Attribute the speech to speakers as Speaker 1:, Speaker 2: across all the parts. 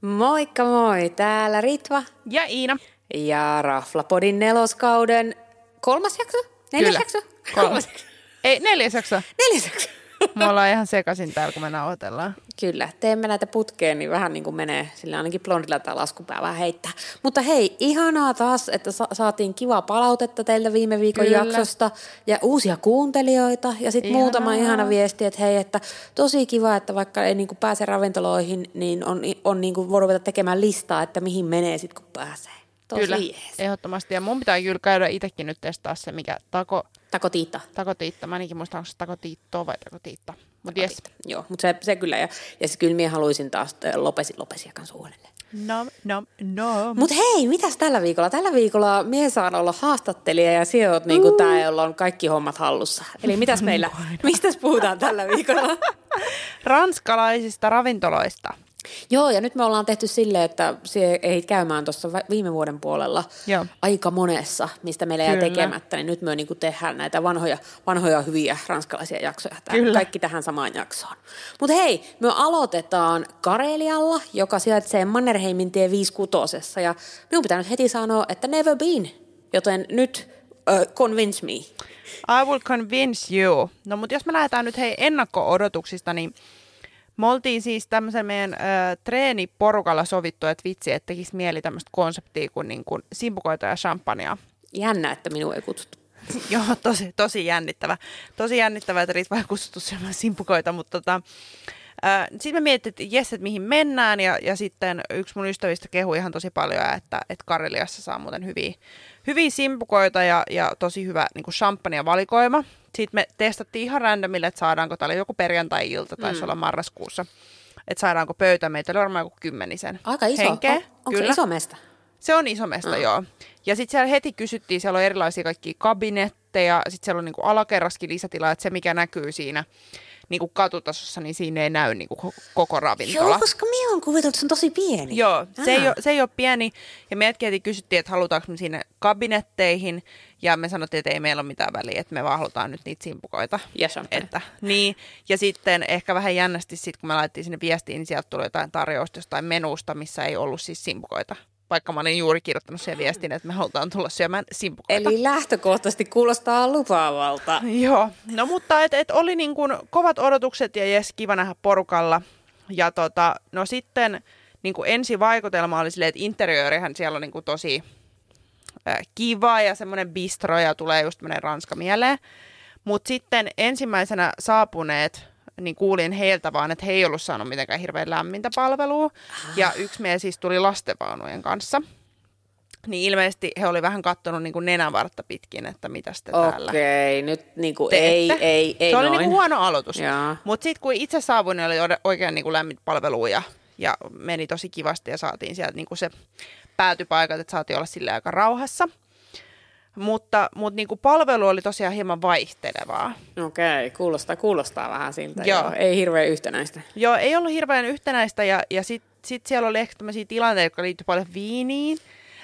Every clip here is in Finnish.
Speaker 1: Moikka moi, täällä Ritva
Speaker 2: Ja Iina.
Speaker 1: ja Raflapodin neloskauden kolmas jakso? Neljäs
Speaker 2: Kyllä.
Speaker 1: jakso? No.
Speaker 2: Kolmas. Ei, neljäs jakso.
Speaker 1: Neljäs jakso.
Speaker 2: Me ollaan ihan sekaisin täällä, kun me nauhoitellaan.
Speaker 1: Kyllä, teemme näitä putkeen, niin vähän niin kuin menee, sillä ainakin blondilla tämä laskupää vähän heittää. Mutta hei, ihanaa taas, että sa- saatiin kivaa palautetta teiltä viime viikon
Speaker 2: Kyllä.
Speaker 1: jaksosta ja uusia kuuntelijoita ja sitten
Speaker 2: Ihanaa.
Speaker 1: muutama ihana viesti, että hei, että tosi kiva, että vaikka ei niin kuin pääse ravintoloihin, niin on, on niin kuin voi ruveta tekemään listaa, että mihin menee sitten, kun pääsee. Tosi
Speaker 2: Kyllä,
Speaker 1: jees.
Speaker 2: ehdottomasti. Ja mun pitää kyllä käydä itsekin nyt testaa se, mikä tako,
Speaker 1: Takotiitta.
Speaker 2: takotiitta. Mä ainakin muistan, onko se takotiittoa vai takotiitta. Mutta jes.
Speaker 1: Joo, mutta se, se kyllä. Ja, ja se kyllä minä haluaisin taas ö, lopesi, lopesi kanssa uudelleen.
Speaker 2: No, no, no.
Speaker 1: Mutta hei, mitäs tällä viikolla? Tällä viikolla mie saan olla haastattelija ja sinä oot niinku tää, jolla on kaikki hommat hallussa. Eli mitäs meillä, mistäs puhutaan tällä viikolla?
Speaker 2: Ranskalaisista ravintoloista.
Speaker 1: Joo, ja nyt me ollaan tehty silleen, että sie ei käymään tuossa va- viime vuoden puolella
Speaker 2: Joo.
Speaker 1: aika monessa, mistä meillä jäi
Speaker 2: Kyllä.
Speaker 1: tekemättä, niin nyt me niinku tehdään näitä vanhoja, vanhoja hyviä ranskalaisia jaksoja. Tää,
Speaker 2: Kyllä.
Speaker 1: Kaikki tähän samaan jaksoon. Mutta hei, me aloitetaan Karelialla, joka sijaitsee Mannerheimin tie 56. Ja minun pitää nyt heti sanoa, että never been, joten nyt uh, convince me.
Speaker 2: I will convince you. No, mutta jos me lähdetään nyt hei ennakko-odotuksista, niin me oltiin siis tämmöisen meidän ö, treeniporukalla sovittu, että vitsi, että tekisi mieli tämmöistä konseptia kuin, niin kuin simpukoita ja champagnea.
Speaker 1: Jännä, että minua ei kutsuttu.
Speaker 2: Joo, tosi, tosi jännittävä. Tosi jännittävä, että Ritva ei kutsuttu syömään simpukoita, mutta tota, sitten me mietittiin, että jes, että mihin mennään, ja, ja sitten yksi mun ystävistä kehui ihan tosi paljon, että, että Kareliassa saa muuten hyviä, hyviä simpukoita ja, ja tosi hyvä niin champagne valikoima. Sitten me testattiin ihan randomille, että saadaanko, täällä joku perjantai-ilta, taisi mm. olla marraskuussa, että saadaanko pöytä, meitä oli varmaan joku kymmenisen
Speaker 1: Aika iso.
Speaker 2: henkeä.
Speaker 1: On, onko se
Speaker 2: Kyllä.
Speaker 1: iso mesta?
Speaker 2: Se on iso mesta, mm. joo. Ja sitten siellä heti kysyttiin, siellä on erilaisia kaikkia kabinetteja, sitten siellä on niinku alakerraskin lisätila, että se mikä näkyy siinä niinku katutasossa, niin siinä ei näy niinku ko- koko ravintola.
Speaker 1: Joo, koska minä on kuvitellut, että se on tosi pieni.
Speaker 2: Joo, se ei,
Speaker 1: Ah.
Speaker 2: ole, se ei ole pieni. Ja me hetki heti kysyttiin, että halutaanko me sinne kabinetteihin. Ja me sanottiin, että ei meillä ole mitään väliä, että me vaan halutaan nyt niitä simpukoita.
Speaker 1: Ja champagne.
Speaker 2: Että, niin. Ja sitten ehkä vähän jännästi, sit, kun me laitettiin sinne viestiin, niin sieltä tuli jotain tarjousta jostain menusta, missä ei ollut siis simpukoita. Vaikka mä olin juuri kirjoittanut siihen viestiin, että me halutaan tulla syömään simpukoita.
Speaker 1: Eli lähtökohtaisesti kuulostaa lupaavalta.
Speaker 2: Joo, no mutta et, et oli niin kuin kovat odotukset ja jes, kiva nähdä porukalla. Ja tota, no sitten niin kuin ensivaikutelma oli silleen, että interiöörihän siellä on niin kuin tosi äh, kiva ja semmoinen bistro ja tulee just tämmöinen ranska mieleen. Mutta sitten ensimmäisenä saapuneet, niin kuulin heiltä vaan, että he ei ollut saanut mitenkään hirveän lämmintä palvelua. Ja yksi mies siis tuli lastenvaunujen kanssa. Niin ilmeisesti he oli vähän kattonut niin kuin nenänvartta pitkin, että mitä te täällä
Speaker 1: Okei, nyt niinku
Speaker 2: teette.
Speaker 1: ei, ei, ei
Speaker 2: Se oli
Speaker 1: noin.
Speaker 2: niinku huono aloitus.
Speaker 1: Jaa.
Speaker 2: Mutta sitten kun itse saavuin, niin oli ode- oikein niinku lämmin palvelu ja, ja meni tosi kivasti ja saatiin sieltä niinku se päätypaikat, että saatiin olla sille aika rauhassa. Mutta, mut niinku palvelu oli tosiaan hieman vaihtelevaa.
Speaker 1: Okei, kuulostaa, kuulostaa vähän siltä. Joo.
Speaker 2: Joo.
Speaker 1: Joo. Ei hirveän yhtenäistä.
Speaker 2: Joo, ei ollut hirveän yhtenäistä ja, ja sitten sit siellä oli ehkä tämmöisiä tilanteita, jotka liittyi paljon viiniin.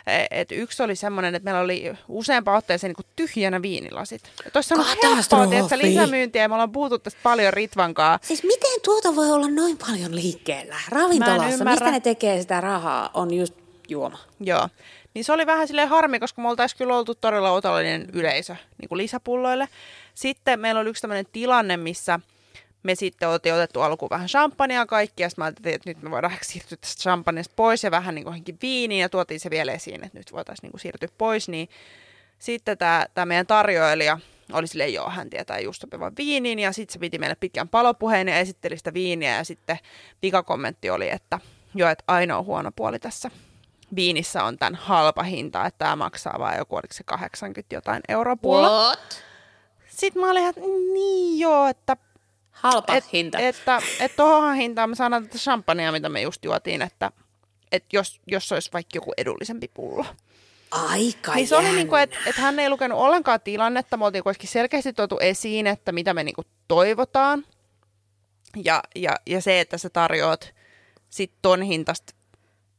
Speaker 2: E- Et yksi oli semmoinen, että meillä oli useampaan otteeseen niin tyhjänä viinilasit. Tuossa on helppoa,
Speaker 1: Katastrofi.
Speaker 2: tiedätkö, lisämyyntiä ja me ollaan puhuttu tästä paljon Ritvankaa.
Speaker 1: Siis miten tuota voi olla noin paljon liikkeellä?
Speaker 2: Mä en
Speaker 1: Ravintolassa,
Speaker 2: ymmärrä.
Speaker 1: mistä ne tekee sitä rahaa, on just juoma.
Speaker 2: Joo. Niin se oli vähän silleen harmi, koska me oltaisiin kyllä oltu todella otollinen yleisö niin kuin lisäpulloille. Sitten meillä oli yksi tämmöinen tilanne, missä me sitten oltiin otettu alkuun vähän champagnea kaikki, ja sitten mä ajattelin, että nyt me voidaan ehkä siirtyä tästä champagnesta pois ja vähän niin kuin viiniin, ja tuotiin se vielä esiin, että nyt voitaisiin niin kuin siirtyä pois. Niin sitten tämä, tämä meidän tarjoilija oli silleen, joo, hän tietää just sopivan viinin, ja sitten se piti meille pitkän palopuheen ja esitteli sitä viiniä, ja sitten pikakommentti oli, että joo, että ainoa huono puoli tässä viinissä on tämän halpa hinta, että tämä maksaa vaan joku, oliko se 80 jotain euroa pullo.
Speaker 1: What?
Speaker 2: Sitten mä olin ihan, että niin joo, että
Speaker 1: Halpa
Speaker 2: et,
Speaker 1: et, hinta. Et,
Speaker 2: Että, et tohon hintaan me saadaan tätä champagnea, mitä me just juotiin, että et jos, jos olisi vaikka joku edullisempi pullo.
Speaker 1: Aika
Speaker 2: Niin se oli
Speaker 1: jännä.
Speaker 2: niinku, että et hän ei lukenut ollenkaan tilannetta, me oltiin kuitenkin selkeästi tuotu esiin, että mitä me niinku toivotaan. Ja, ja, ja se, että sä tarjoat sit ton hintasta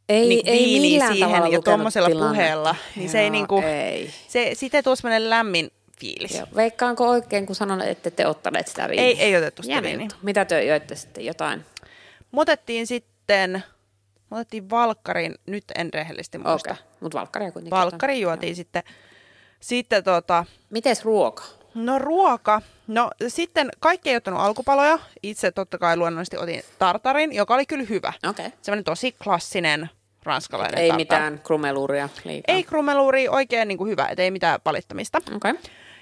Speaker 1: ei,
Speaker 2: niinku
Speaker 1: ei
Speaker 2: viiniä
Speaker 1: millään
Speaker 2: siihen
Speaker 1: tavalla
Speaker 2: ja
Speaker 1: lukenut
Speaker 2: tommosella
Speaker 1: tilannetta.
Speaker 2: puheella, niin se ei niinku-
Speaker 1: Ei.
Speaker 2: Se, siitä tulee semmoinen lämmin fiilis.
Speaker 1: Joo. Veikkaanko oikein, kun sanon, että ette ottaneet sitä viiniä?
Speaker 2: Ei, ei otettu sitä
Speaker 1: Jännä
Speaker 2: viiniä.
Speaker 1: juttu. Mitä te joitte sitten? Jotain?
Speaker 2: Mutettiin sitten, Me otettiin valkkariin, nyt en rehellisesti muista.
Speaker 1: Okei, niin tota,
Speaker 2: Okay.
Speaker 1: mutta valkkaria kuitenkin.
Speaker 2: Valkkari juotiin sitten, sitten tota,
Speaker 1: Mites ruoka?
Speaker 2: No ruoka. No sitten kaikki ei ottanut alkupaloja. Itse totta kai luonnollisesti otin tartarin, joka oli kyllä hyvä.
Speaker 1: Okei. Okay.
Speaker 2: Semmoinen tosi klassinen ranskalainen
Speaker 1: Ei
Speaker 2: tartar.
Speaker 1: mitään krumeluuria liikaa.
Speaker 2: Ei krumeluuri, oikein niin kuin hyvä, et ei mitään valittamista.
Speaker 1: Okei. Okay.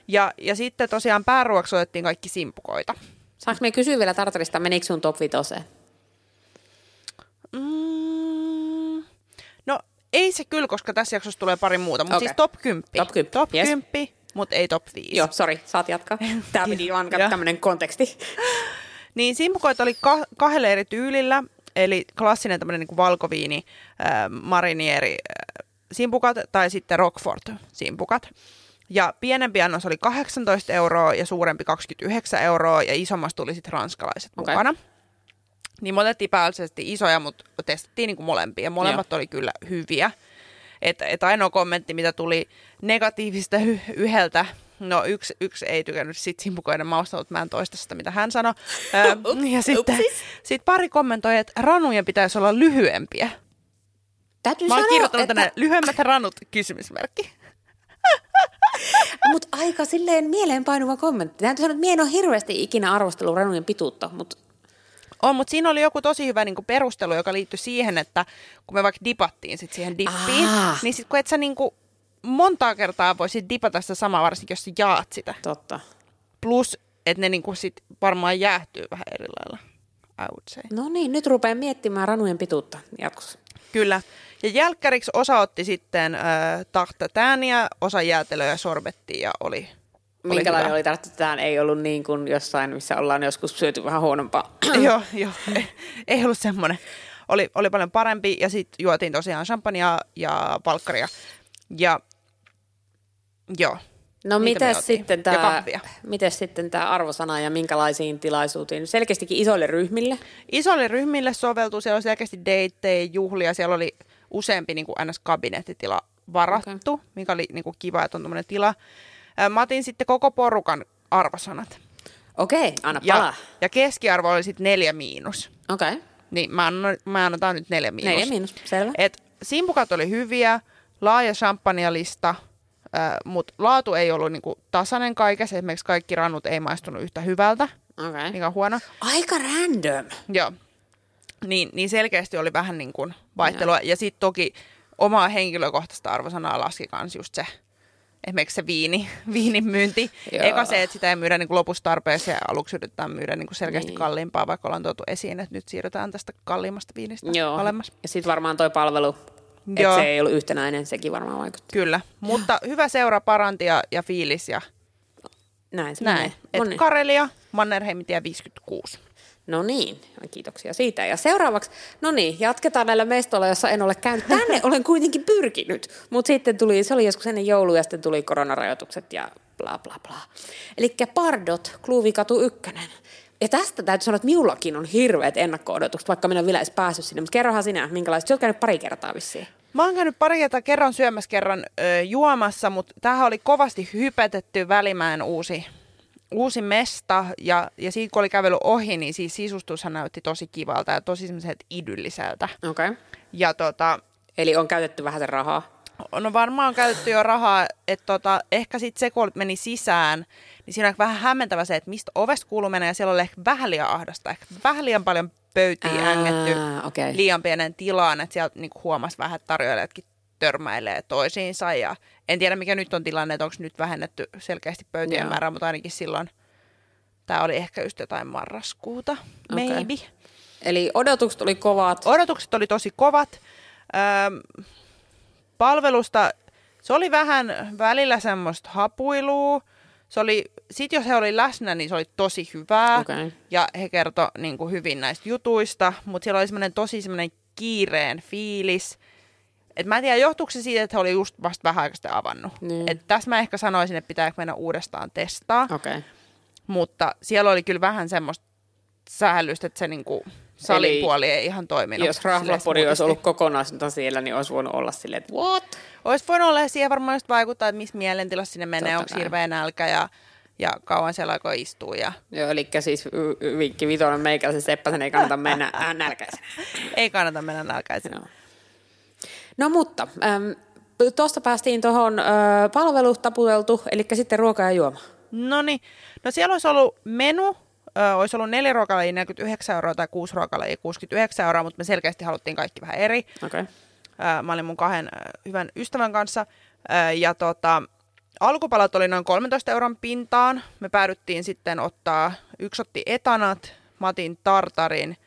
Speaker 2: Ja, ja sitten tosiaan pääruoksi otettiin kaikki simpukoita.
Speaker 1: Saanko me kysyä vielä tartarista, menikö sun top vitoseen?
Speaker 2: Mm, no ei se kyllä, koska tässä jaksossa tulee pari muuta, mutta
Speaker 1: Okei.
Speaker 2: okay. siis top 10.
Speaker 1: Top 10,
Speaker 2: Top
Speaker 1: yes.
Speaker 2: 10 mutta ei top 5.
Speaker 1: Joo, sori, saat jatkaa. Tämä piti vaan
Speaker 2: Joo.
Speaker 1: tämmöinen konteksti.
Speaker 2: Niin simpukoita oli ka- kahdella eri tyylillä, eli klassinen tämmöinen niin valkoviini, äh, marinieri äh, simpukat tai sitten Rockford simpukat. Ja pienempi annos oli 18 euroa ja suurempi 29 euroa ja isommassa tuli sitten ranskalaiset
Speaker 1: Okei.
Speaker 2: okay. mukana. Niin me otettiin päällisesti isoja, mutta testattiin niin kuin molempia. Molemmat Joo. oli kyllä hyviä. Et, et ainoa kommentti, mitä tuli negatiivista y- yhdeltä, no yksi, yksi ei tykännyt sit simpukoiden mausta, mutta mä en toista sitä, mitä hän sanoi. Ö, ja sitten
Speaker 1: upsis.
Speaker 2: sit pari kommentoi, että ranujen pitäisi olla lyhyempiä.
Speaker 1: Täytyy
Speaker 2: Mä oon
Speaker 1: sanoa,
Speaker 2: kirjoittanut
Speaker 1: Niin että,
Speaker 2: että... tänne lyhyemmät ranut kysymysmerkki.
Speaker 1: mutta aika silleen mieleenpainuva kommentti. Täytyy sanoa, että mie en ole hirveästi ikinä arvostellut ranujen pituutta, mutta
Speaker 2: On, mutta siinä oli joku tosi hyvä niin kuin perustelu, joka liittyi siihen, että kun me vaikka dipattiin sit siihen dippiin,
Speaker 1: Aa.
Speaker 2: niin sitten kun et sä niin kuin montaa kertaa voisit dipata sitä samaa, varsinkin jos sä jaat sitä.
Speaker 1: totta.
Speaker 2: Plus, että ne niinku sit varmaan jäähtyy vähän eri lailla, I would say.
Speaker 1: No niin, nyt rupean miettimään ranujen pituutta jatkossa.
Speaker 2: Kyllä. Ja jälkkäriksi osa otti sitten äh, tahta tääniä, osa jäätelöä ja sorbettia ja oli, oli
Speaker 1: Minkälainen
Speaker 2: hyvä.
Speaker 1: oli tarttu tähän? Ei ollut niin kuin jossain, missä ollaan joskus syöty vähän huonompaa.
Speaker 2: joo, joo. Ei, ei ollut semmoinen. Oli, oli paljon parempi ja sitten juotiin tosiaan champagnea ja palkkaria. Ja joo.
Speaker 1: No
Speaker 2: Niitä me
Speaker 1: mitäs
Speaker 2: otin.
Speaker 1: sitten,
Speaker 2: Ja
Speaker 1: tämä,
Speaker 2: kahvia.
Speaker 1: mitäs sitten tämä arvosana ja minkälaisiin tilaisuutiin? Selkeästikin isoille ryhmille.
Speaker 2: Isolle ryhmille soveltuu, siellä oli selkeästi deittejä, juhlia, siellä oli useampi niin kuin NS-kabinettitila varattu, okay. mikä oli niin kuin kiva, että on tuommoinen tila. Ö, Mä otin sitten koko porukan arvosanat.
Speaker 1: Okei, anna
Speaker 2: Ja,
Speaker 1: palaa.
Speaker 2: ja keskiarvo oli sitten neljä miinus.
Speaker 1: Okei,
Speaker 2: Niin mä, annoin, mä annetaan nyt neljä miinus.
Speaker 1: neljä miinus, selvä.
Speaker 2: Et simpukat oli hyviä, laaja champagnealista, mutta laatu ei ollut niinku tasainen kaikessa. Esimerkiksi kaikki rannut ei maistunut yhtä hyvältä,
Speaker 1: Okei.
Speaker 2: mikä on huono.
Speaker 1: Aika random.
Speaker 2: Joo. Niin, niin selkeästi oli vähän niin kuin vaihtelua. Ja sitten toki omaa henkilökohtaista arvosanaa laski kans just se, esimerkiksi se viini, viinin myynti.
Speaker 1: Joo.
Speaker 2: Eka se, että sitä ei myydä niin kuin lopussa tarpeeseen ja aluksi yritetään myydä niin kuin selkeästi
Speaker 1: Niin.
Speaker 2: niin. kalliimpaa, vaikka ollaan tuotu esiin, että nyt siirrytään tästä kalliimmasta viinistä
Speaker 1: Joo.
Speaker 2: alemmas.
Speaker 1: Ja sitten varmaan toi palvelu, että
Speaker 2: Joo.
Speaker 1: se ei ollut yhtenäinen, sekin varmaan vaikutti.
Speaker 2: Kyllä, mutta hyvä seura paranti ja, ja fiilis ja
Speaker 1: Näin se
Speaker 2: näin.
Speaker 1: No
Speaker 2: Et
Speaker 1: niin.
Speaker 2: Karelia, Mannerheimintie 56.
Speaker 1: No niin, kiitoksia siitä. Ja seuraavaksi, no niin, jatketaan näillä mestoilla, jossa en ole käynyt. Tänne olen kuitenkin pyrkinyt, mutta sitten tuli, se oli joskus ennen joulua ja sitten tuli koronarajoitukset ja bla bla bla. Eli Pardot, Kluuvikatu 1. Ja tästä täytyy sanoa, että minullakin on hirveät ennakko-odotukset, vaikka minä en ole vielä edes päässyt sinne. Mutta kerrohan sinä, minkälaista. Sä oot käynyt pari kertaa vissiin.
Speaker 2: Mä oon käynyt pari kertaa kerran syömässä, kerran ö, juomassa, mutta tämähän oli kovasti hypetetty Välimäen uusi, uusi mesta. Ja, ja siitä kun oli kävellyt ohi, niin siis sisustushan näytti tosi kivalta ja tosi semmoiselta idylliseltä.
Speaker 1: Okei. Okay.
Speaker 2: Ja tota,
Speaker 1: Eli on käytetty vähän sen rahaa.
Speaker 2: No varmaan on käytetty jo rahaa, että tota, ehkä sitten se, kun meni sisään, niin siinä on ehkä vähän hämmentävä se, että mistä ovesta kuuluu mennä, ja siellä oli ehkä vähän liian ahdasta, ehkä vähän liian paljon pöytiä
Speaker 1: Ää,
Speaker 2: ängetty
Speaker 1: okei.
Speaker 2: liian pienen tilaan, että sieltä niinku huomasi vähän, että tarjoilijatkin törmäilee toisiinsa, ja en tiedä mikä nyt on tilanne, että onko nyt vähennetty selkeästi pöytien
Speaker 1: Joo.
Speaker 2: määrää, mutta ainakin silloin tämä oli ehkä just jotain marraskuuta,
Speaker 1: Okei.
Speaker 2: maybe.
Speaker 1: Eli odotukset oli kovat.
Speaker 2: Odotukset oli tosi kovat. Öm, palvelusta se oli vähän välillä semmoista hapuilua. Se oli, sit jos he oli läsnä, niin se oli tosi hyvää.
Speaker 1: Okei.
Speaker 2: Ja he kertoi niin kuin hyvin näistä jutuista, mutta siellä oli semmoinen tosi semmoinen kiireen fiilis. Et mä en tiedä, johtuuko se siitä, että he oli just vasta vähän aikaa sitten avannut.
Speaker 1: Niin.
Speaker 2: Et tässä mä ehkä sanoisin, että pitääkö mennä uudestaan testaa.
Speaker 1: Okei. Okay.
Speaker 2: Mutta siellä oli kyllä vähän semmoista säällystä, että se niinku salin
Speaker 1: Eli
Speaker 2: puoli ei ihan toiminut.
Speaker 1: Jos
Speaker 2: silleen
Speaker 1: rahvapori olisi
Speaker 2: smoothisti.
Speaker 1: ollut kokonaan siellä, niin olisi voinut olla silleen, että what?
Speaker 2: Olisi voinut olla ja siihen varmaan just vaikuttaa, että missä mielentilassa sinne menee,
Speaker 1: Totta
Speaker 2: onko
Speaker 1: kai.
Speaker 2: hirveä nälkä ja, ja kauan siellä aikoi istua. Ja...
Speaker 1: Joo, eli siis y- y- vinkki vitonen meikäläisen seppäsen ei kannata mennä äh, nälkäisenä.
Speaker 2: Ei kannata mennä nälkäisenä.
Speaker 1: Joo. No mutta, äm, tuosta päästiin tuohon ö, palvelu taputeltu, eli sitten ruoka ja juoma.
Speaker 2: No niin, no siellä olisi ollut menu, ö, olisi ollut neljä ruokalajia 49 euroa tai kuusi ruokalajia 69 euroa, mutta me selkeästi haluttiin kaikki vähän eri.
Speaker 1: Okei. Okay.
Speaker 2: Ö, Mä olin mun kahden ö, hyvän ystävän kanssa ö, ja tota, alkupalat oli noin 13 euron pintaan. Me päädyttiin sitten ottaa, yksi otti etanat, mä otin tartarin,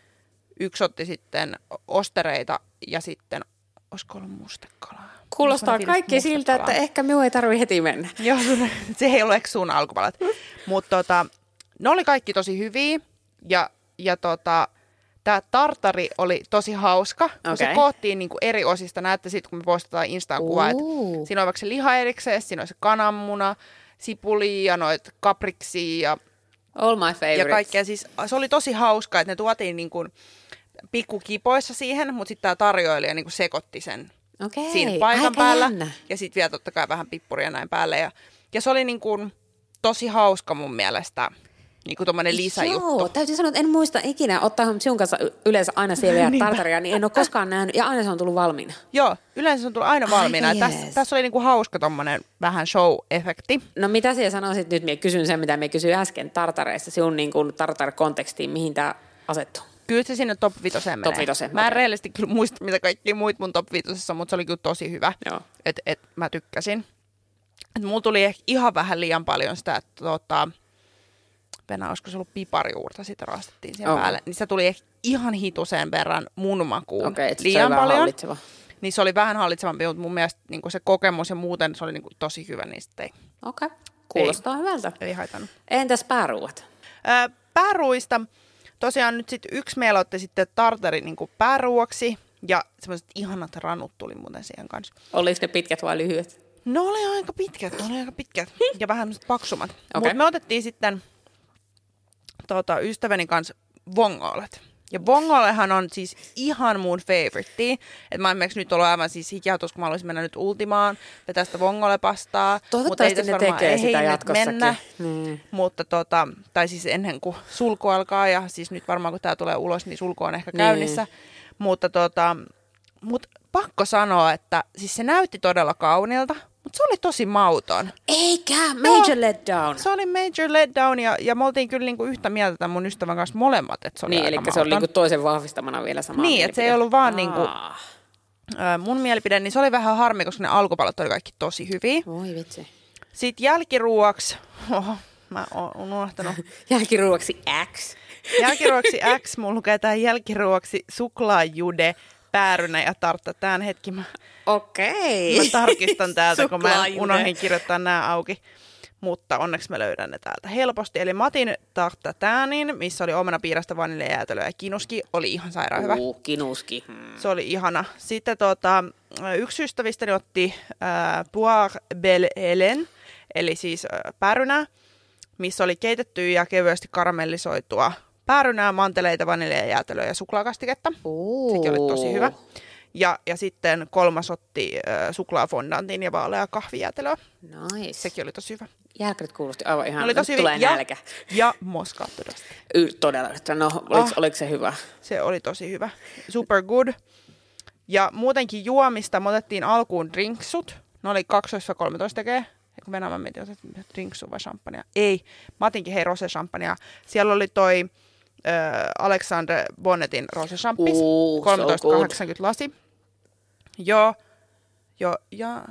Speaker 2: yksi otti sitten ostereita ja sitten, olisiko ollut mustekalaa?
Speaker 1: Kuulostaa
Speaker 2: Olisiko ne
Speaker 1: kaikki
Speaker 2: fiilis
Speaker 1: siltä, että
Speaker 2: mustekalaa?
Speaker 1: ehkä minun ei tarvi heti mennä.
Speaker 2: Joo, sun, se ei ollut ehkä sun alkupalat. Mutta tota, ne oli kaikki tosi hyviä ja, ja tota, tämä tartari oli tosi hauska, kun okay. se
Speaker 1: Okei.
Speaker 2: koottiin niinku eri osista. Näette sitten, kun me postataan Instaan kuva, että
Speaker 1: Uu.
Speaker 2: siinä on vaikka se liha erikseen, siinä on se kananmuna, sipulia ja noit kapriksia ja
Speaker 1: All my favorites.
Speaker 2: ja kaikkea. Siis, se oli tosi hauskaa, että ne tuotiin niin kuin pikkukipoissa siihen, mutta sitten tämä tarjoilija niin kuin sekoitti sen
Speaker 1: Okei,
Speaker 2: siinä paikan
Speaker 1: aika
Speaker 2: päällä.
Speaker 1: jännä.
Speaker 2: Ja sitten vielä totta kai vähän pippuria näin päälle. Ja, ja se oli niin kuin tosi hauska mun mielestä, niin kuin tuommoinen lisäjuttu.
Speaker 1: Joo, täytyy sanoa, että en muista ikinä ottaa sinun kanssa y- yleensä aina siellä tartaria, niin en ole koskaan nähnyt, ja aina se on tullut valmiina.
Speaker 2: Joo, yleensä se on tullut aina
Speaker 1: Aika
Speaker 2: valmiina. Ja Tässä,
Speaker 1: jees.
Speaker 2: tässä oli niin kuin hauska tuommoinen vähän show-efekti.
Speaker 1: No mitä sinä sanoisit nyt? Minä kysyn sen, mitä me kysyin äsken tartareista, sinun niin kuin tartar-kontekstiin, mihin tämä asettuu.
Speaker 2: Kyllä se sinne top vitoseen menee.
Speaker 1: Top vitoseen,
Speaker 2: Mä en
Speaker 1: okei.
Speaker 2: rehellisesti kyllä muista, mitä kaikki muut mun top vitosessa, mutta se oli kyllä tosi hyvä.
Speaker 1: Joo.
Speaker 2: Et, et mä tykkäsin. Et mulla tuli ehkä ihan vähän liian paljon sitä, että tota, Pena, olisiko se ollut piparjuurta, sitä raastettiin sen
Speaker 1: Joo.
Speaker 2: päälle. Niin se tuli ehkä ihan hituseen verran mun makuun
Speaker 1: Okei, okay,
Speaker 2: liian paljon.
Speaker 1: Hallitseva.
Speaker 2: Niin se oli vähän hallitsevampi, mutta mun mielestä niin se kokemus ja muuten se oli niin tosi hyvä, niin sitten ei,
Speaker 1: Okei, okay. kuulostaa ei. hyvältä.
Speaker 2: ei haitannut.
Speaker 1: Entäs pääruuat?
Speaker 2: Ö, pääruuista tosiaan nyt sitten yksi meillä otti sitten tartari niin pääruoksi ja semmoiset ihanat ranut tuli muuten siihen kanssa.
Speaker 1: Oliko ne pitkät vai lyhyet?
Speaker 2: No oli aika pitkät, ne oli aika pitkät ja vähän semmoset paksummat. Okay.
Speaker 1: Hmm. Okei.
Speaker 2: Mutta me otettiin sitten tota, ystäväni kanssa vongolet. Ja vongolehan on siis ihan mun favoritti. Että mä esimerkiksi nyt ollut aivan siis hikiatus, kun mä olisin mennä nyt Ultimaan ja tästä vongolepastaa. Mut ei
Speaker 1: Toivottavasti
Speaker 2: tässä
Speaker 1: ne
Speaker 2: varmaan
Speaker 1: tekee sitä
Speaker 2: ehdi nyt
Speaker 1: jatkossakin.
Speaker 2: Mennä.
Speaker 1: Niin.
Speaker 2: Mutta tota, tai siis ennen kuin sulku alkaa ja siis nyt varmaan kun tämä tulee ulos, niin sulku on ehkä käynnissä. Mutta tota, mut pakko sanoa, että siis se näytti todella kaunilta, mutta se oli tosi mauton.
Speaker 1: Eikä, major
Speaker 2: Joo.
Speaker 1: letdown.
Speaker 2: Se oli major letdown ja, ja me oltiin kyllä niinku yhtä mieltä tämän mun ystävän kanssa molemmat, että se oli
Speaker 1: Niin,
Speaker 2: aika
Speaker 1: eli se oli
Speaker 2: mauton.
Speaker 1: niinku toisen vahvistamana vielä sama
Speaker 2: Niin, että se ei
Speaker 1: mielipide.
Speaker 2: ollut vaan niinku-
Speaker 1: Aa,
Speaker 2: Ö, mun mielipide, niin se oli vähän harmi, koska ne alkupalat oli kaikki tosi hyviä.
Speaker 1: Voi vitsi.
Speaker 2: Sitten jälkiruoksi, oho, mä oon unohtanut
Speaker 1: Jälkiruoksi X.
Speaker 2: Jälkiruoksi X, mulla lukee tää jälkiruoksi suklaajude, päärynä ja tartta. Tään hetki, mä,
Speaker 1: Okei.
Speaker 2: mä tarkistan täältä, kun mä
Speaker 1: Suklaajude.
Speaker 2: unohdin kirjoittaa nämä auki. Mutta onneksi mä löydän ne täältä helposti. Eli Matin tartta täänin, missä oli omenapiirasta, vaniljajäätelöä ja kinuski, oli ihan sairaan hyvä.
Speaker 1: Uu, kinuski. Mm.
Speaker 2: Se oli ihana. Sitten tota, yksi ystävistäni otti äh, Poire Belle Helen, eli siis äh, päärynää, missä oli keitettyä ja kevyesti karamellisoitua päärynää, manteleita, vaniljaa, jäätelöä ja suklaakastiketta.
Speaker 1: Uu.
Speaker 2: Sekin oli tosi hyvä. Ja, ja sitten kolmas otti äh, suklaafondantin ja vaaleaa kahvijäätelöä.
Speaker 1: Nice. Sekin.
Speaker 2: Sekin oli tosi hyvä.
Speaker 1: Jälkkärit kuulosti aivan ihan.
Speaker 2: Ne oli tosi
Speaker 1: Nyt tulee
Speaker 2: hyviä.
Speaker 1: nälkä.
Speaker 2: Ja, ja moskaattodosta.
Speaker 1: Y, todella. No, oliko,
Speaker 2: Ah.
Speaker 1: oliko se hyvä?
Speaker 2: Se oli tosi hyvä. Super good. Ja muutenkin juomista me otettiin alkuun drinksut. Ne oli 12-13 tekee. Kun mennään, mä mietin, otettiin drinksu vai champagnea. Ei, mä otinkin hei rose champagnea. Siellä oli toi ö, Alexander Bonnetin rose champpis.
Speaker 1: Uu, so
Speaker 2: 13,80 lasi. Joo. Jo, ja,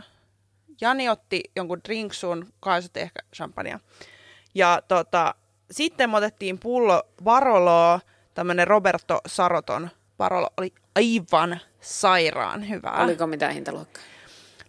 Speaker 2: Jani otti jonkun drinksun, kaisot ehkä champagnea. Ja tota, sitten me otettiin pullo Varoloa, tämmönen Roberto Saroton Varolo oli aivan sairaan hyvää.
Speaker 1: Oliko mitään hintaluokkaa?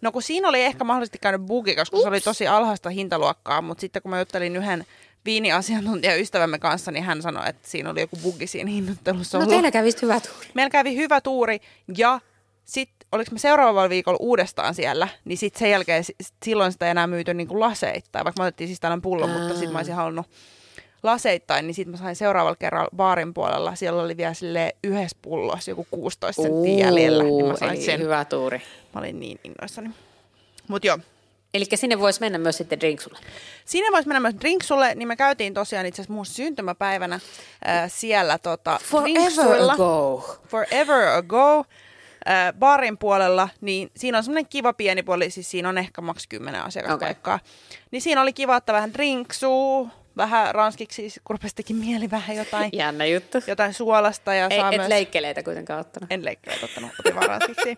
Speaker 2: No kun siinä oli ehkä mahdollisesti käynyt bugi, koska se oli tosi alhaista hintaluokkaa, mutta sitten kun mä juttelin yhden viiniasiantuntijan ystävämme kanssa, niin hän sanoi, että siinä oli joku bugi siinä hinnoittelussa.
Speaker 1: No
Speaker 2: ollut.
Speaker 1: teillä kävi hyvä tuuri.
Speaker 2: Meillä kävi hyvä tuuri ja sitten oliko me seuraavalla viikolla uudestaan siellä, niin sitten sen jälkeen s- s- silloin sitä ei enää myyty niin kuin laseittain, vaikka me otettiin siis tällainen pullo, mutta sitten mä olisin halunnut laseittain, niin sitten mä sain seuraavalla kerralla baarin puolella, siellä oli vielä sille yhdessä pullossa joku 16 senttiä jäljellä, niin mä
Speaker 1: Uu,
Speaker 2: sain
Speaker 1: eli
Speaker 2: sen.
Speaker 1: hyvä tuuri.
Speaker 2: Mä olin niin innoissani. Mut joo,
Speaker 1: Eli sinne voisi mennä myös sitten drinksulle.
Speaker 2: Siinä voisi mennä myös drinksulle, niin me käytiin tosiaan itse asiassa mun syntymäpäivänä äh, siellä tota,
Speaker 1: Forever
Speaker 2: drinksuilla.
Speaker 1: ago.
Speaker 2: Forever Ago äh, baarin puolella, niin siinä on semmoinen kiva pieni puoli, siis siinä on ehkä maks 10 asiakaspaikkaa. Okay. Niin siinä oli kiva, että vähän drinksuu, vähän ranskiksi, siis kun rupesi teki mieli vähän jotain,
Speaker 1: Jännä juttu.
Speaker 2: jotain suolasta ja
Speaker 1: Ei,
Speaker 2: saa
Speaker 1: et
Speaker 2: myös...
Speaker 1: leikkeleitä kuitenkaan ottanut.
Speaker 2: En leikkeleet ottanut, otin vaan ranskiksi.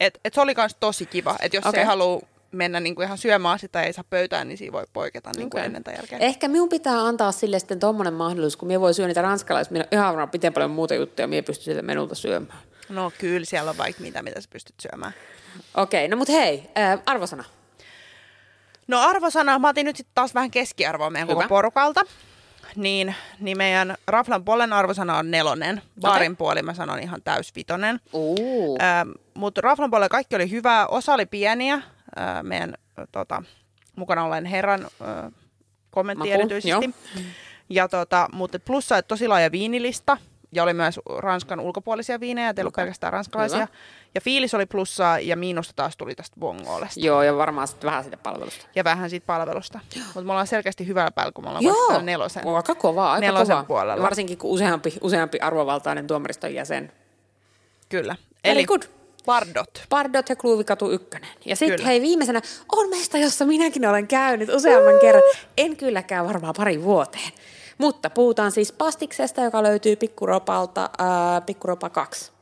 Speaker 2: Et, et se oli myös tosi kiva, että jos okay.
Speaker 1: Okei.
Speaker 2: ei halua mennä niinku ihan syömään sitä ja ei saa pöytään, niin siinä voi poiketa niinku
Speaker 1: Okei. E-
Speaker 2: ennen tai jälkeen.
Speaker 1: Ehkä minun pitää antaa sille sitten tommonen mahdollisuus, kun minä voi syödä niitä ranskalaisia. Minä ihan varmaan pitää paljon muuta juttuja, minä pystyn sieltä menulta syömään.
Speaker 2: No kyllä, siellä on vaikka mitä, mitä sä pystyt syömään.
Speaker 1: Okei, no mut hei, ää, arvosana.
Speaker 2: No arvosana, mä otin nyt sitten taas vähän keskiarvoa meidän Hyvä.
Speaker 1: Hyvä.
Speaker 2: koko porukalta. Niin, niin meidän Raflan puolen arvosana on nelonen. Baarin okay.
Speaker 1: Okei.
Speaker 2: puoli mä sanon ihan täysvitonen.
Speaker 1: Uu.
Speaker 2: Ähm, Mutta Raflan puolella kaikki oli hyvää. Osa oli pieniä. Äh, meidän äh, tota, mukana olen herran äh, kommentti
Speaker 1: Maku,
Speaker 2: erityisesti. Ja tota, mutta plussa, että tosi laaja viinilista. Ja oli myös Ranskan ulkopuolisia viinejä, ettei ollut pelkästään ranskalaisia.
Speaker 1: Hyvä.
Speaker 2: Ja fiilis oli plussaa ja miinusta taas tuli tästä bongoolesta
Speaker 1: Joo, ja varmaan sitten vähän sitä palvelusta.
Speaker 2: ja vähän siitä palvelusta. Mutta me ollaan selkeästi hyvällä päällä, kun me ollaan vasta nelosen.
Speaker 1: On aika kovaa, aika
Speaker 2: nelosen
Speaker 1: kovaa.
Speaker 2: puolella.
Speaker 1: Varsinkin kun useampi, useampi arvovaltainen tuomariston jäsen.
Speaker 2: Kyllä.
Speaker 1: Very good.
Speaker 2: Pardot.
Speaker 1: Pardot ja Kluuvikatu ykkönen. Ja
Speaker 2: Kyllä.
Speaker 1: sitten hei viimeisenä on mesta, jossa minäkin olen käynyt useamman kerran. En kylläkään varmaan pari vuoteen. Mutta puhutaan siis pastiksesta, joka löytyy Pikkuropalta, ää, Pikkuropa 2.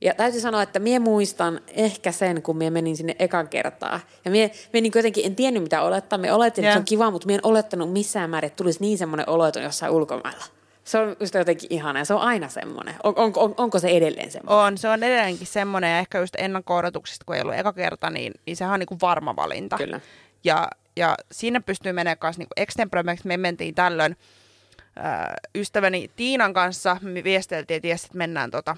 Speaker 1: Ja täytyy sanoa, että mie muistan ehkä sen, kun mie menin sinne ekan kertaa. Ja mie, mie niin jotenkin en tiennyt, mitä olettaa. Me oletin, että se
Speaker 2: Joo.
Speaker 1: on kiva, mutta mie en olettanut missään määrin, että tulisi niin semmoinen olo, että on jossain ulkomailla. Se on just jotenkin ihana ja se on aina semmoinen. On, on, on, onko se edelleen semmoinen?
Speaker 2: Niin On, se on edelleenkin semmoinen, ja ehkä just ennakko-odotuksista, kun ei ollut eka kerta, niin, niin sehän on niinku varma valinta.
Speaker 1: Kyllä.
Speaker 2: Ja, ja siinä pystyy menemään kanssa niinku extemporeiksi. Me mentiin tällöin ää, ystäväni Tiinan kanssa, me viesteltiin, että jes, että mennään tota,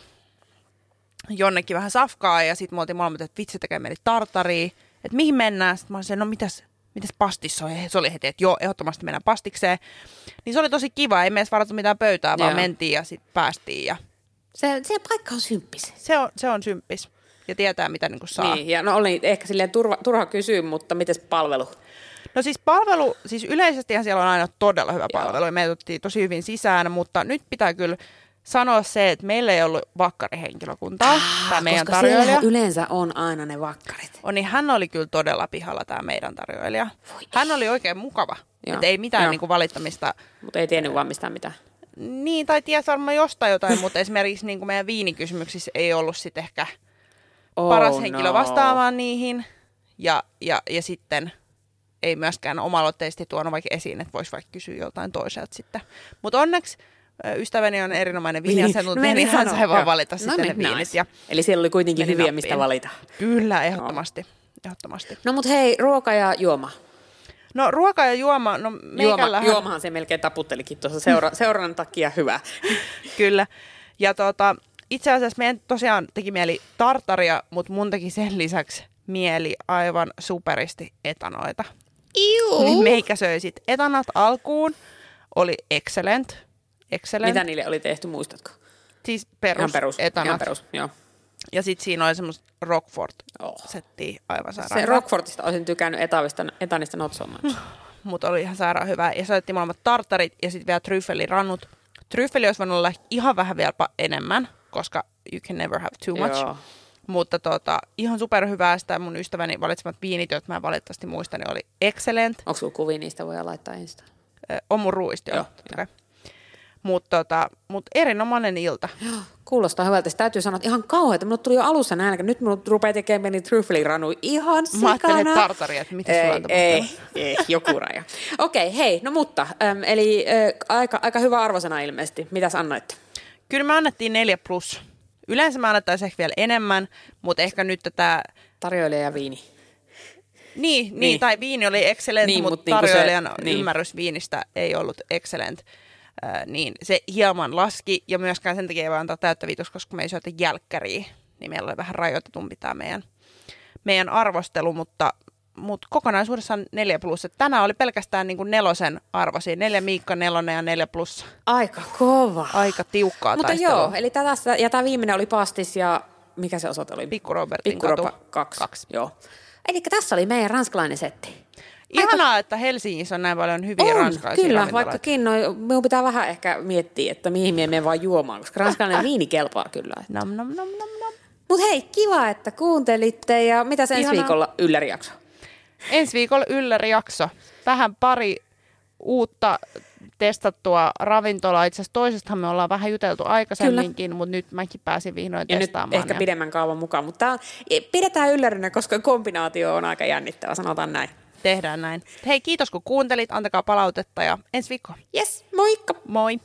Speaker 2: jonnekin vähän safkaa, ja sitten me oltiin molemmat, että vitsi, tekee meille tartariin, että mihin mennään. Sitten mä olin se, no mitäs, mitäs pastissa on? Ja se oli heti, että joo, ehdottomasti mennään pastikseen. Niin se oli tosi kiva, ei me edes varattu mitään pöytää, vaan
Speaker 1: Joo.
Speaker 2: mentiin ja sitten päästiin. Ja
Speaker 1: Se, se paikka on symppis.
Speaker 2: se on, se on symppis. Ja tietää, mitä niin saa. Niin.
Speaker 1: Niin, ja no oli ehkä silleen turva, turha kysyä, mutta mites palvelu?
Speaker 2: No siis palvelu, siis yleisestihän siellä on aina todella hyvä palvelu. ja Me otettiin tosi hyvin sisään, mutta nyt pitää kyllä sanoa se, että meillä ei ollut vakkarihenkilökuntaa. Tämä meidän
Speaker 1: Ah, Koska
Speaker 2: tarjoilija.
Speaker 1: siellä yleensä on aina ne vakkarit.
Speaker 2: on, niin hän oli kyllä todella pihalla tämä meidän tarjoilija.
Speaker 1: Voi ei.
Speaker 2: Hän oli oikein mukava.
Speaker 1: Joo.
Speaker 2: Että ei mitään
Speaker 1: Joo.
Speaker 2: niinku valittamista.
Speaker 1: Mutta ei tiennyt vaan mistään mitään.
Speaker 2: Niin, tai ties varmaan jostain jotain, mutta esimerkiksi niinku meidän viinikysymyksissä ei ollut sit ehkä
Speaker 1: Oh,
Speaker 2: paras henkilö vastaamaan niihin. Ja, ja, ja sitten ei myöskään oma-aloitteisesti tuonut vaikka esiin, että voisi vaikka kysyä joltain toiselta sitten. Mutta onneksi ö, ystäväni on erinomainen viiniasiantuntija,
Speaker 1: menin
Speaker 2: niin hän
Speaker 1: no sanoa.
Speaker 2: sai vaan
Speaker 1: Joo.
Speaker 2: valita sitten ne
Speaker 1: niin,
Speaker 2: viinit.
Speaker 1: nice.
Speaker 2: Ja
Speaker 1: Eli siellä oli kuitenkin
Speaker 2: meni
Speaker 1: hyviä,
Speaker 2: nappiin.
Speaker 1: mistä valita.
Speaker 2: Kyllä, ehdottomasti. ehdottomasti.
Speaker 1: No mut hei, ruoka ja juoma.
Speaker 2: No ruoka ja juoma, no
Speaker 1: juoma
Speaker 2: meikällähän
Speaker 1: juomahan se melkein taputtelikin tuossa seura, seuran takia hyvä.
Speaker 2: Kyllä. Ja tota, itse asiassa meidän tosiaan teki mieli tartaria, mutta mun teki sen lisäksi mieli aivan superisti etanoita.
Speaker 1: Iu.
Speaker 2: Niin meikä söi sit etanat alkuun. Oli excellent. Excellent.
Speaker 1: Mitä niille oli tehty, muistatko?
Speaker 2: Siis perus,
Speaker 1: Ihan perus.
Speaker 2: etanat.
Speaker 1: Ihan perus, joo.
Speaker 2: Ja sit siinä oli semmoista Rockford
Speaker 1: Oh.
Speaker 2: settiä aivan sairaan.
Speaker 1: Se Rockfortista olisin tykännyt etavista, etanista notsomaan.
Speaker 2: mutta oli ihan sairaan hyvää. Ja soitettiin molemmat tartarit ja sitten vielä tryffelirannut. Tryffeli olisi voinut olla ihan vähän vielä pa- enemmän, koska you can never have too much.
Speaker 1: Joo.
Speaker 2: Mutta tota, ihan superhyvää sitä mun ystäväni valitsemat viinit, joita mä en valitettavasti muista, ne oli excellent.
Speaker 1: Onko sulla kuvia niistä, voi laittaa Instaan?
Speaker 2: Ö, On mun ruuista jo.
Speaker 1: Joo,
Speaker 2: Mutta tota, mut erinomainen ilta.
Speaker 1: Joo, Kuulostaa hyvältä. Se täytyy sanoa, että ihan kauheita. Minulla tuli jo alussa nälkä. Nyt minulla rupeaa tekemään niitä tryffeliranuja ihan sikana.
Speaker 2: Mä ajattelin, että tartaria, että mitä sulla
Speaker 1: ei,
Speaker 2: on
Speaker 1: ei,
Speaker 2: tapahtunut?
Speaker 1: ei, joku raja. Okei, okay, hei, no mutta. Äm, eli äh, aika, aika hyvä arvosana ilmeisesti. Mitäs annoitte?
Speaker 2: Kyllä me annettiin neljä plus. Yleensä me annettaisiin ehkä vielä enemmän, mutta ehkä nyt tätä...
Speaker 1: Tarjoilija ja viini.
Speaker 2: Niin, niin, niin,
Speaker 1: Niin.
Speaker 2: tai viini oli excellent, niin,
Speaker 1: Niin,
Speaker 2: mutta
Speaker 1: mut niinku se-
Speaker 2: tarjoilijan
Speaker 1: niin.
Speaker 2: ymmärrys viinistä ei ollut excellent. Äh, niin se hieman laski, ja myöskään sen takia ei voi antaa täyttä viitos, koska me ei syötä jälkkäriä. Niin meillä oli vähän rajoitetumpi tämä meidän, meidän arvostelu, mutta, mutta kokonaisuudessaan neljä plus. Et tänään oli pelkästään niin kuin nelosen arvosi, neljä Miikka nelonen ja neljä plus.
Speaker 1: Aika kova.
Speaker 2: Aika tiukkaa
Speaker 1: mutta
Speaker 2: taistelua.
Speaker 1: joo, eli tää tässä, ja tämä viimeinen oli pastis ja mikä se osoite oli?
Speaker 2: Pikku Robertin
Speaker 1: Pikkuropa
Speaker 2: katu.
Speaker 1: kaksi.
Speaker 2: Kaksi.
Speaker 1: Joo. Eli tässä oli meidän ranskalainen setti.
Speaker 2: Ihanaa, että Helsingissä on näin paljon hyviä
Speaker 1: on,
Speaker 2: ranskalaisia
Speaker 1: kyllä,
Speaker 2: ravintoloita.
Speaker 1: vaikkakin no, minun pitää vähän ehkä miettiä, että mihin me menen vaan juomaan, koska ranskalainen viini kelpaa kyllä.
Speaker 2: Nom, nom, nom, nom, nom.
Speaker 1: Mutta hei, kiva, että kuuntelitte ja mitä ensi
Speaker 2: Ihanaa.
Speaker 1: viikolla yllärijakso?
Speaker 2: Ensi viikolla yllärijakso. Vähän pari uutta testattua ravintolaa. Itse asiassa toisestahan me ollaan vähän juteltu aikaisemminkin, mutta nyt mäkin pääsin vihdoin
Speaker 1: Ja nyt
Speaker 2: testaamaan.
Speaker 1: ehkä pidemmän kaavan mukaan, mutta tää on, pidetään yllärinä, koska kombinaatio on aika jännittävä, sanotaan näin.
Speaker 2: Tehdään näin. Hei, kiitos kun kuuntelit. Antakaa palautetta ja ensi viikkoon.
Speaker 1: Yes, moikka!
Speaker 2: Moi!